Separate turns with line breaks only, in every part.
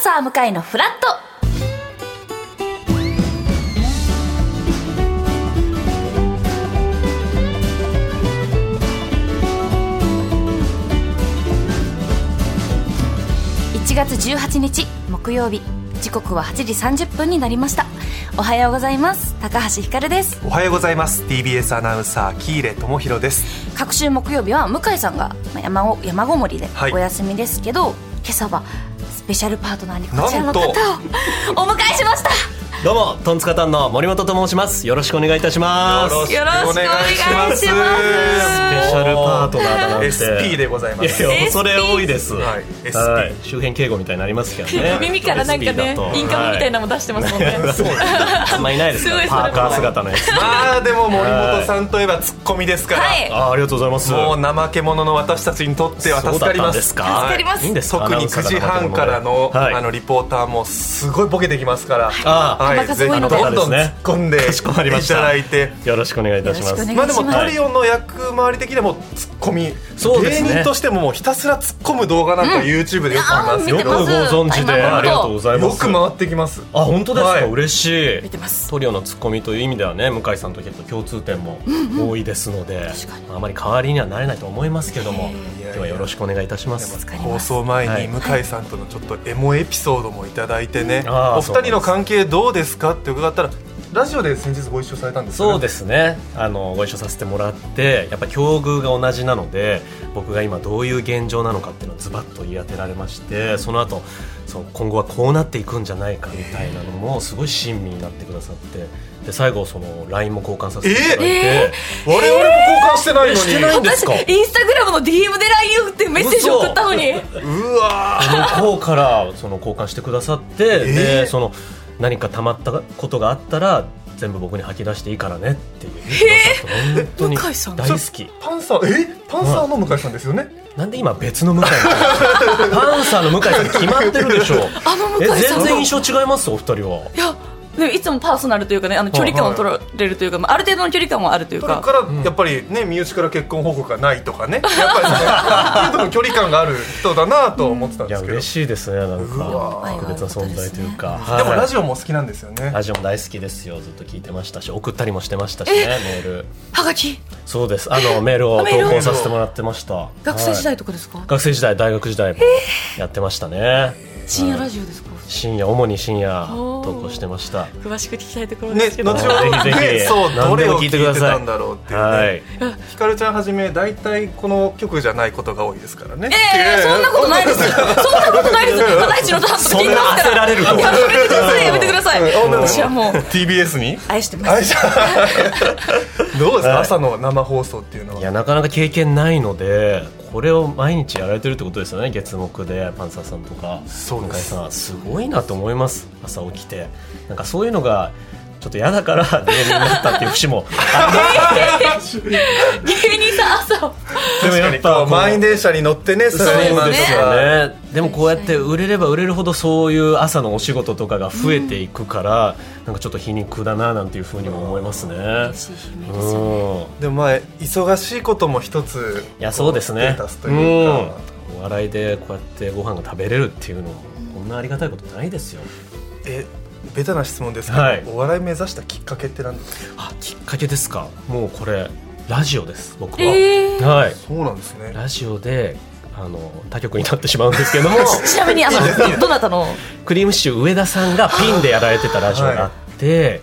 沢向かいのフラット1月18日木曜日時刻は8時30分になりましたおはようございます高橋ひかるです
おはようございます TBS アナウンサー喜入智博です
各週木曜日は向井さんがまあ山を山ごもりで
はい
お休みですけど、今朝はスペシャルパートナーにこちらの方を
なんと
お迎えしました
どうもトンツカタンの森本と申しますよろしくお願いいたしますスペ
よろしくお願いします
よろくお願いし
シャルパートナーだなん
ま
て
す SP でございます
いやいや恐れ多いです、
は
はいい
SP
周辺敬語みたいになりますけど ね
耳からなんか
SP だ
ね
と
インカムみたいな
は
のも出してますもんね、
いあんまいないですか
すごい
ら
そ
パ
れも
ーカー姿のやつ
まあでも森本さんといえばツッコミですから、
はい
あありがとうございます
もう怠け者の私たちにとっては助かります
そうだった
助
んですか
かります
いいんですか
特に9時半からの,、
はい
あのリポーターもすごいボケてきますから、
あー
球数多いので
どんどん突っ込んで
かしこまりま
い
した
ただいて
よろしくお願いいたしま
よろしくお
す
願い
まあでも
お願いします
トリオの役回り的にはもうツッコミ
そうですね
芸人としてももうひたすら突っ込む動画なんか YouTube でよく見ます
あー
よ
見
よ
く
て
ご
ます
存知でありがとうございま
よ
す
く回ってきます
あ本当ですか、
はい
嬉しい
見てます
トリオのツッコミという意味ではね向井さんと結構共通点も多いですので、
確かに
まああまり代わりにはなれないと思いますけども
いやいや
今日はよろしくお願いいたします
助かり
放
ます
送前に
は
向井さんとのちょっとエモエピソードもいただいてね、
あー
お二人の関係どうですかって伺ったらラジオで先日ご一緒されたんですよね
そうですねあのご一緒させてもらってやっぱ境遇が同じなので僕が今どういう現状なのかっていうのをズバッと言い当てられましてその後そう今後はこうなっていくんじゃないかみたいなのもすごい親身になってくださってで最後その LINE も交換させていただいて、
え
我々も交換してないのに、
してないんですか
私インスタグラムの DM で LINE ってメッセージ送ったのに
うわー
向こうからその交換してくださって、
えー
でその何か溜まったことがあったら全部僕に吐き出していいからねっていう
向井さん
言ってくださって本当に大好き
パンサーえパンサーの向井さんですよね、
なんで今別の向井さんパンサーの向井さん決まってるでしょ
あの向
え
井さん
全
の
然
い
印象違いますお二人は
やでもいつもパーソナルというかねあの距離感を取られるというか、まあ、ある程度の距離感もあるという
それ
か
からやっぱりね身内から結婚報告がないとかねやっ ぱりそのある程度の距離感がある人だなと思ってたん
い
で
や
すけど、
嬉しいですねなん
うわ
か特別な存在というか、
でもラジ
オ
オも好きなんですよね
ラジオも大好きですよずっと聞いてましたし送ったりもしてましたしねメール
はがき
そうですあのメールを
メ
投
ールを
稿させてもらってました
学生
はい
時代とかですか、
学生時代大学時代もやってましたね、
深夜ラジオですか
深夜主に深夜
おー
投稿してました
詳しく聞きたいところで
ね
すけ
後
ど、
ほ
ぜ
ど
ひぜひ
ねそうど
何で
れ
も
を聞
聞
い
い
て
て
くださ
ください
いんだろうっていう
は
ね
い
ひかるちゃんはじめ大体この曲じゃないことが多いですからね
えー、そんなことないですよそんなことないですよ高市のターンとか聞いてますから
られると
やめてくださいやめてください
うん
私はもう
TBS に
愛してま
あ
す
じゃ あどうですか、
はい
朝の生放送っていうのはい
やなかなか経験ないのでこれを毎日やられてるってことですよね月目でパンサーさんとか
そうで
向井
す
さんすごいなと思います朝起きてなんかそういうのがちょっと嫌だから 芸人になったっていう節も
芸人さん朝
でもやっぱこう
満員電車に乗ってね
そう
サラリーマン
で
と
す
か
よねでもこうやって売れれば売れるほどそういう朝のお仕事とかが増えていくから、なんかちょっと皮肉だななんていうふうにも思いますね。
嬉しい悲鳴ですよ
うん
でもまあ忙しいことも一つ
いやそうです
こうス
ね
テータスと
う
いうんか、
お笑いでこうやってご飯が食べれるっていうのこんなありがたいことないですよ
えベタな質問ですけど、
はい
お笑い目指したきっかけって何ですか
あきっかけですかもうこれラジオです僕は、
えー
はい
そうなんですね
ラジオであの他局になってしまうんですけ ども
ちなみにあのどなたの
クリームシチュー上田さんがピンでやられてたラジオがあって、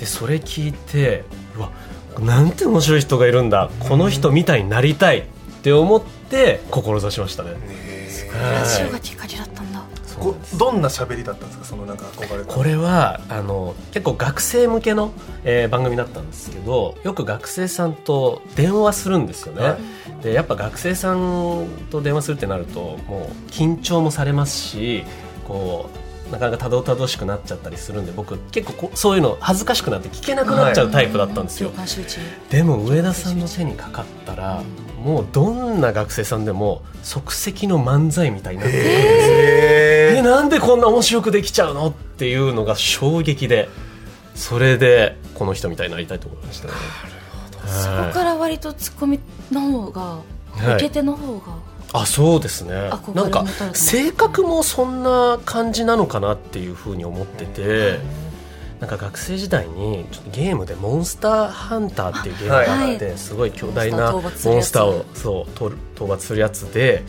でそれ聞いてうわなんて面白い人がいるんだこの人みたいになりたいって思って志しましたね、
ラジオがきっかけだったんだ
そうなん
こ
です
どんな喋りだったんですかそのなんか憧れた
これはあの結構学生向けの、えー番組だったんですけどよく学生さんと電話するんですよね、
は
でやっぱ学生さんと電話するってなるともう緊張もされますしこうなかなかたどたどしくなっちゃったりするんで僕結構こうそういうの恥ずかしくなって聞けなくなっちゃうタイプだったんですよ、
共感集中
でも上田さんの手にかかったらもうどんな学生さんでも即席の漫才みたいになってくるんですよえ
え
なんでこんな面白くできちゃうのっていうのが衝撃でそれでこの人みたいになりたいと思いましたね
そこから割とツッコミの方が
はい
受け手の方が
あそうですね
憧れ
な
の
んか
タイプなんですね
性格もそんな感じなのかなっていうふうに思っててなんか学生時代にちょっとゲームで「モンスターハンター」っていうゲームがあっ
は
てすごい巨大な
モ
モ
ン
ン
スター討伐するやつ
スターをそう討討伐するやつで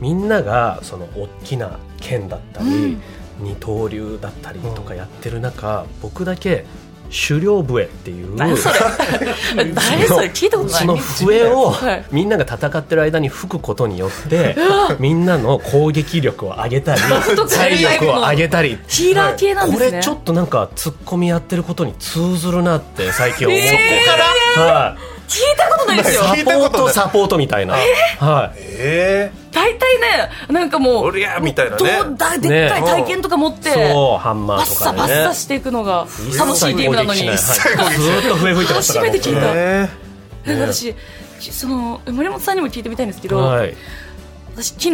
みんながその大きな剣だったり二刀流だったりとかやってる中僕だけ狩猟笛っていう。
何それ誰それ聞いたことない
その笛を
はい
みんなが戦ってる間に吹くことに よってみんなの攻撃力を上げたり
とか
体力を上げたり
ヒーラー系なんで
こ
すね、
れちょっとなんかツッコミやってることに通ずるなって最近思ってて、
え
は
聞いたことない
い、
ですよ
な
サ
い聞いた
ポ
こ
ー
とな
ト
い
サポートみたいな、はい、
え
大体ねなんかもう
おりゃーみたいなね
どうだでっかい体験とか持って、
そうハンマ
バッ
ーと
サ
かで
バッ
ね
サしていくのが楽しいゲームなのに、
一切攻撃しないはいずっと笛吹いてましたから
初めて聞い
ー、
た
え
な
ね
んか私その森本さんにも聞いてみたいんですけど、
はい、
私昨日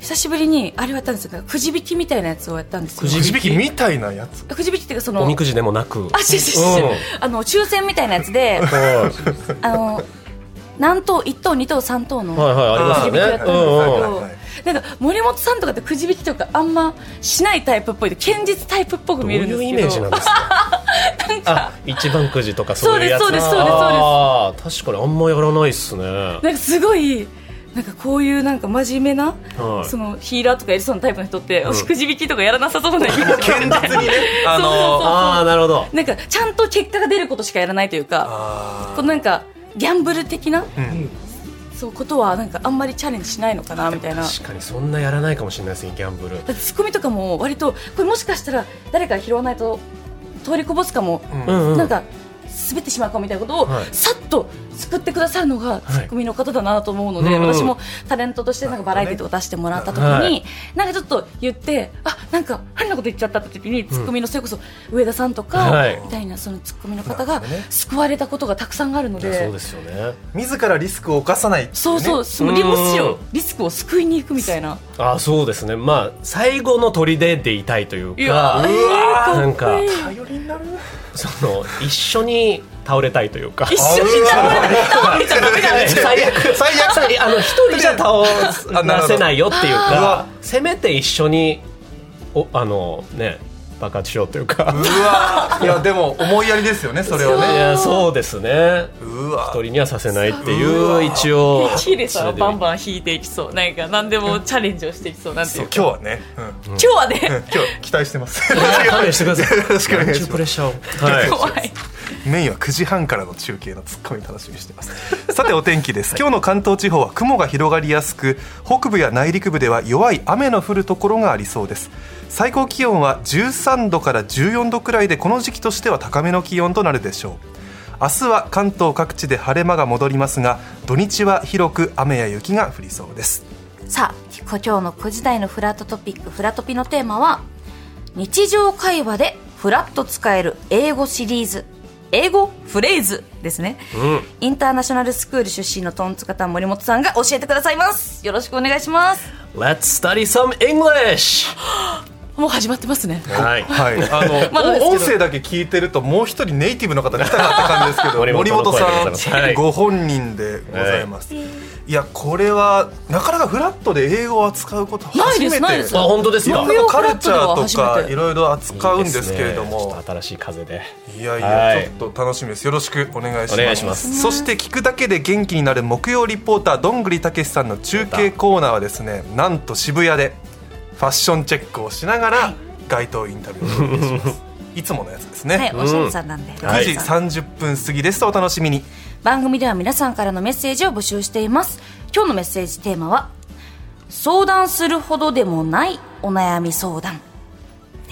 久しぶりにあれをやったんですよくじ引きみたいなやつをやったんですよ
く
ー、
じ
くじ引きみたいなやつ
くじ引きっていうかその
おみくじでもなく
あししし、
うん
あの抽選みたいなやつ で
はい
あの何等1等2等3等の、
はいはいありますよね
くじ引きやったんですけ
う
ど
んうん
はいはい
なんか森本さんとかってくじ引きとかあんましないタイプっぽいで堅実タイプっぽく
どう
見えるん
い
ですけど
うイメージなんです かあ一番くじとかそういうやつ
そうですそうですそうです
あー確かにあんまやらないっすねは
なんかすごいなんかこういうなんか真面目な、
はい
そのヒーラーとかやりそうなタイプの人って、
うん
くじ引きとかやらなさそうなイメージ
堅実にねあのー
ああなるほど
なんかちゃんと結果が出ることしかやらないというか
あ
こうなんかギャンブル的な、
ん
そうことはなんかあんまりチャレンジしないのかなみたいな。
確かにそんなやらないかもしれないですねギャンブ
だ
ル
ってツッコミとかも割とこれもしかしたら誰か拾わないと通りこぼすかも、
ー、
うんうん
なんか滑ってしまうかもみたいなことを
はい
さっと救ってくださるのがツッコミの方だなと思うので、
うんうん
私もタレントとしてなんかバラエティーとか出してもらった時に、
はい
なんかちょっと言ってあなんか変なこと言っちゃったって時にツッコミのそれこそ上田さんとか
はい
みたいなそのツッコミの方
な
が
るほどね
救われたことがたくさんあるの
いやそう
で
で。すよね
自らリスクを犯さないってい
そうそう、そのリもしをリスクを救いに行くみたいな。
あーそうですねまあ最後の砦でいたいという
いや
か
ー
なんか
頼りになる
その一緒に倒れたいというか
一緒に倒れた倒れちゃダメだね。
最悪
最悪
最悪あの一人じゃ倒
あなる
な
ほど
せないよっていう
う
か
わ
せめて一緒におあのね爆発しようというか
うわいやでも思いやりですよねそれ
そ
は
いう
ね
やそうですね
うわ
一人にはさせないっていう
わ
う一応
ヒデさんはバン
ン
バン引いていきそうなんか何でもチャレンジをしていきそうなんてい
そうう
か
今日はね、うん
今日は
うん
ね
今日期待してます
勘弁してください
よろしくお願いします
なんちゅうプレッシャーをは
怖い
メインは9時半からの中継のツッコミ楽しみにしてますさてお天気です、今日の関東地方は雲が広がりやすく北部や内陸部では弱い雨の降るところがありそうです最高気温は13度から14度くらいでこの時期としては高めの気温となるでしょう明日は関東各地で晴れ間が戻りますが土日は広く雨や雪が降りそうです
さあ今日の9時台のフラットトピックフラトピのテーマは日常会話でフラッと使える英語シリーズ英語フレーズですね、インターナショナルスクール出身のトンツカタン森本さんが教えてくださいますよろしくお願いします
Let's study some English
もう始まってますね
はい
はい、あの、
まだですけど
お音声だけ聞いてるともう一人ネイティブの方が来たなって感じですけど
森
森
本
本
の声でございます
さん、
はい
ご本人でございます、い、やこれはなかなかフラットで英語を扱うこと
ない
初
で
め
す
て
ないです
あ本当です
い
か
や
木曜
カルチャ
フラ
ー
ットで
と
は初め
か
て
いろいろ扱うんですけれど
いいですねちょ
も
っと新しい風で
いやい
は
や
い
ちょっと楽しみですよろしくお願いします
お願いします
そして聞くだけで元気になる木曜リポーターどんぐりたけしさんの中継コーナーはですねなんと渋谷でファッションチェックをしながら街頭インタビューをお届けしますいつものやつですね、
はいおしゃれさんなんで、
は
9
い
時30分過ぎですお楽しみに
番組では皆さんからのメッセージを募集しています今日のメッセージテーマは相談するほどでもないお悩み相談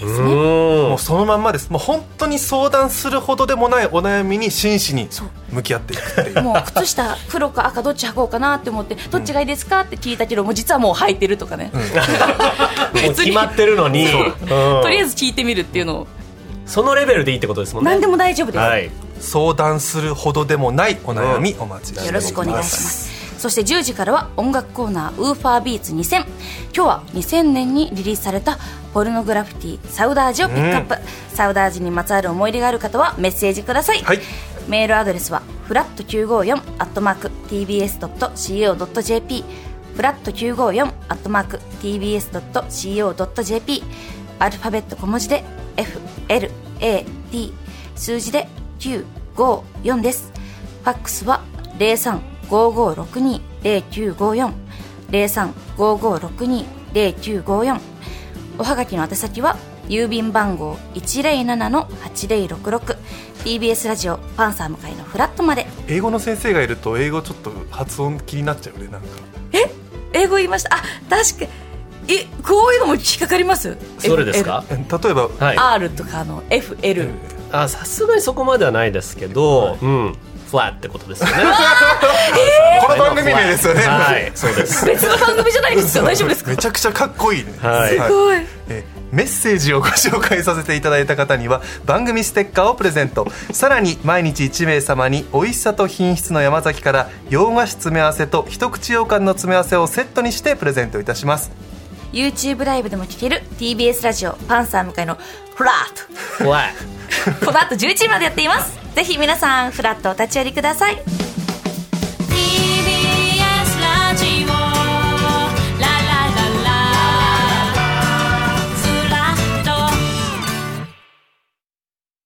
うん
もうそのまんまですもう本当に相談するほどでもないお悩みに真摯に
そう
向き合っていくっていう
もう靴下黒か赤どっち履こうかなって思ってどっちがいいですかって聞いたけどもう実はもう履いてるとかね、
もう決まってるのにうん
とりあえず聞いてみるっていうのを
そのレベルでいいってことですもんね
何でも大丈夫です、
はい
相談するほどでもないお悩みお待ちしております
よろしくお願いしますそして10時からは音楽コーナーウーファービーツ2000今日は2000年にリリースされたポルノグラフィティサウダージをピックアップ、サウダージにまつわる思い出がある方はメッセージください、
はい
メールアドレスはフラット954アットマーク TBS.CO.JP フラット954アットマーク TBS.CO.JP アルファベット小文字で FLAT 数字で954ですファックスは0355620954 0355620954おはがきの宛先は郵便番号 107-8066TBS ラジオパンサー向かいのフラットまで
英語の先生がいると英語ちょっと発音気になっちゃうねなんか
え英語言いましたあ確かえこういうのも引っかかります
それですか、
え例えば、
はい、
?R とかの FL
あさすがにそこまではないですけど、うんフラってことですよね
この番組名ですよね
はいそうです
別の番組じゃないですか大丈夫ですか
めちゃくちゃかっこいいね、
はい
すごい
えーメッセージをご紹介させていただいた方には番組ステッカーをプレゼントさらに毎日1名様に美味しさと品質の山崎から洋菓子詰め合わせと一口羊羹の詰め合わせをセットにしてプレゼントいたします
YouTube ライブでも聴ける TBS ラジオパンサー向かいのフラット
フラ
この後11時までやっています。ぜひ皆さん、フラットお立ち寄りください。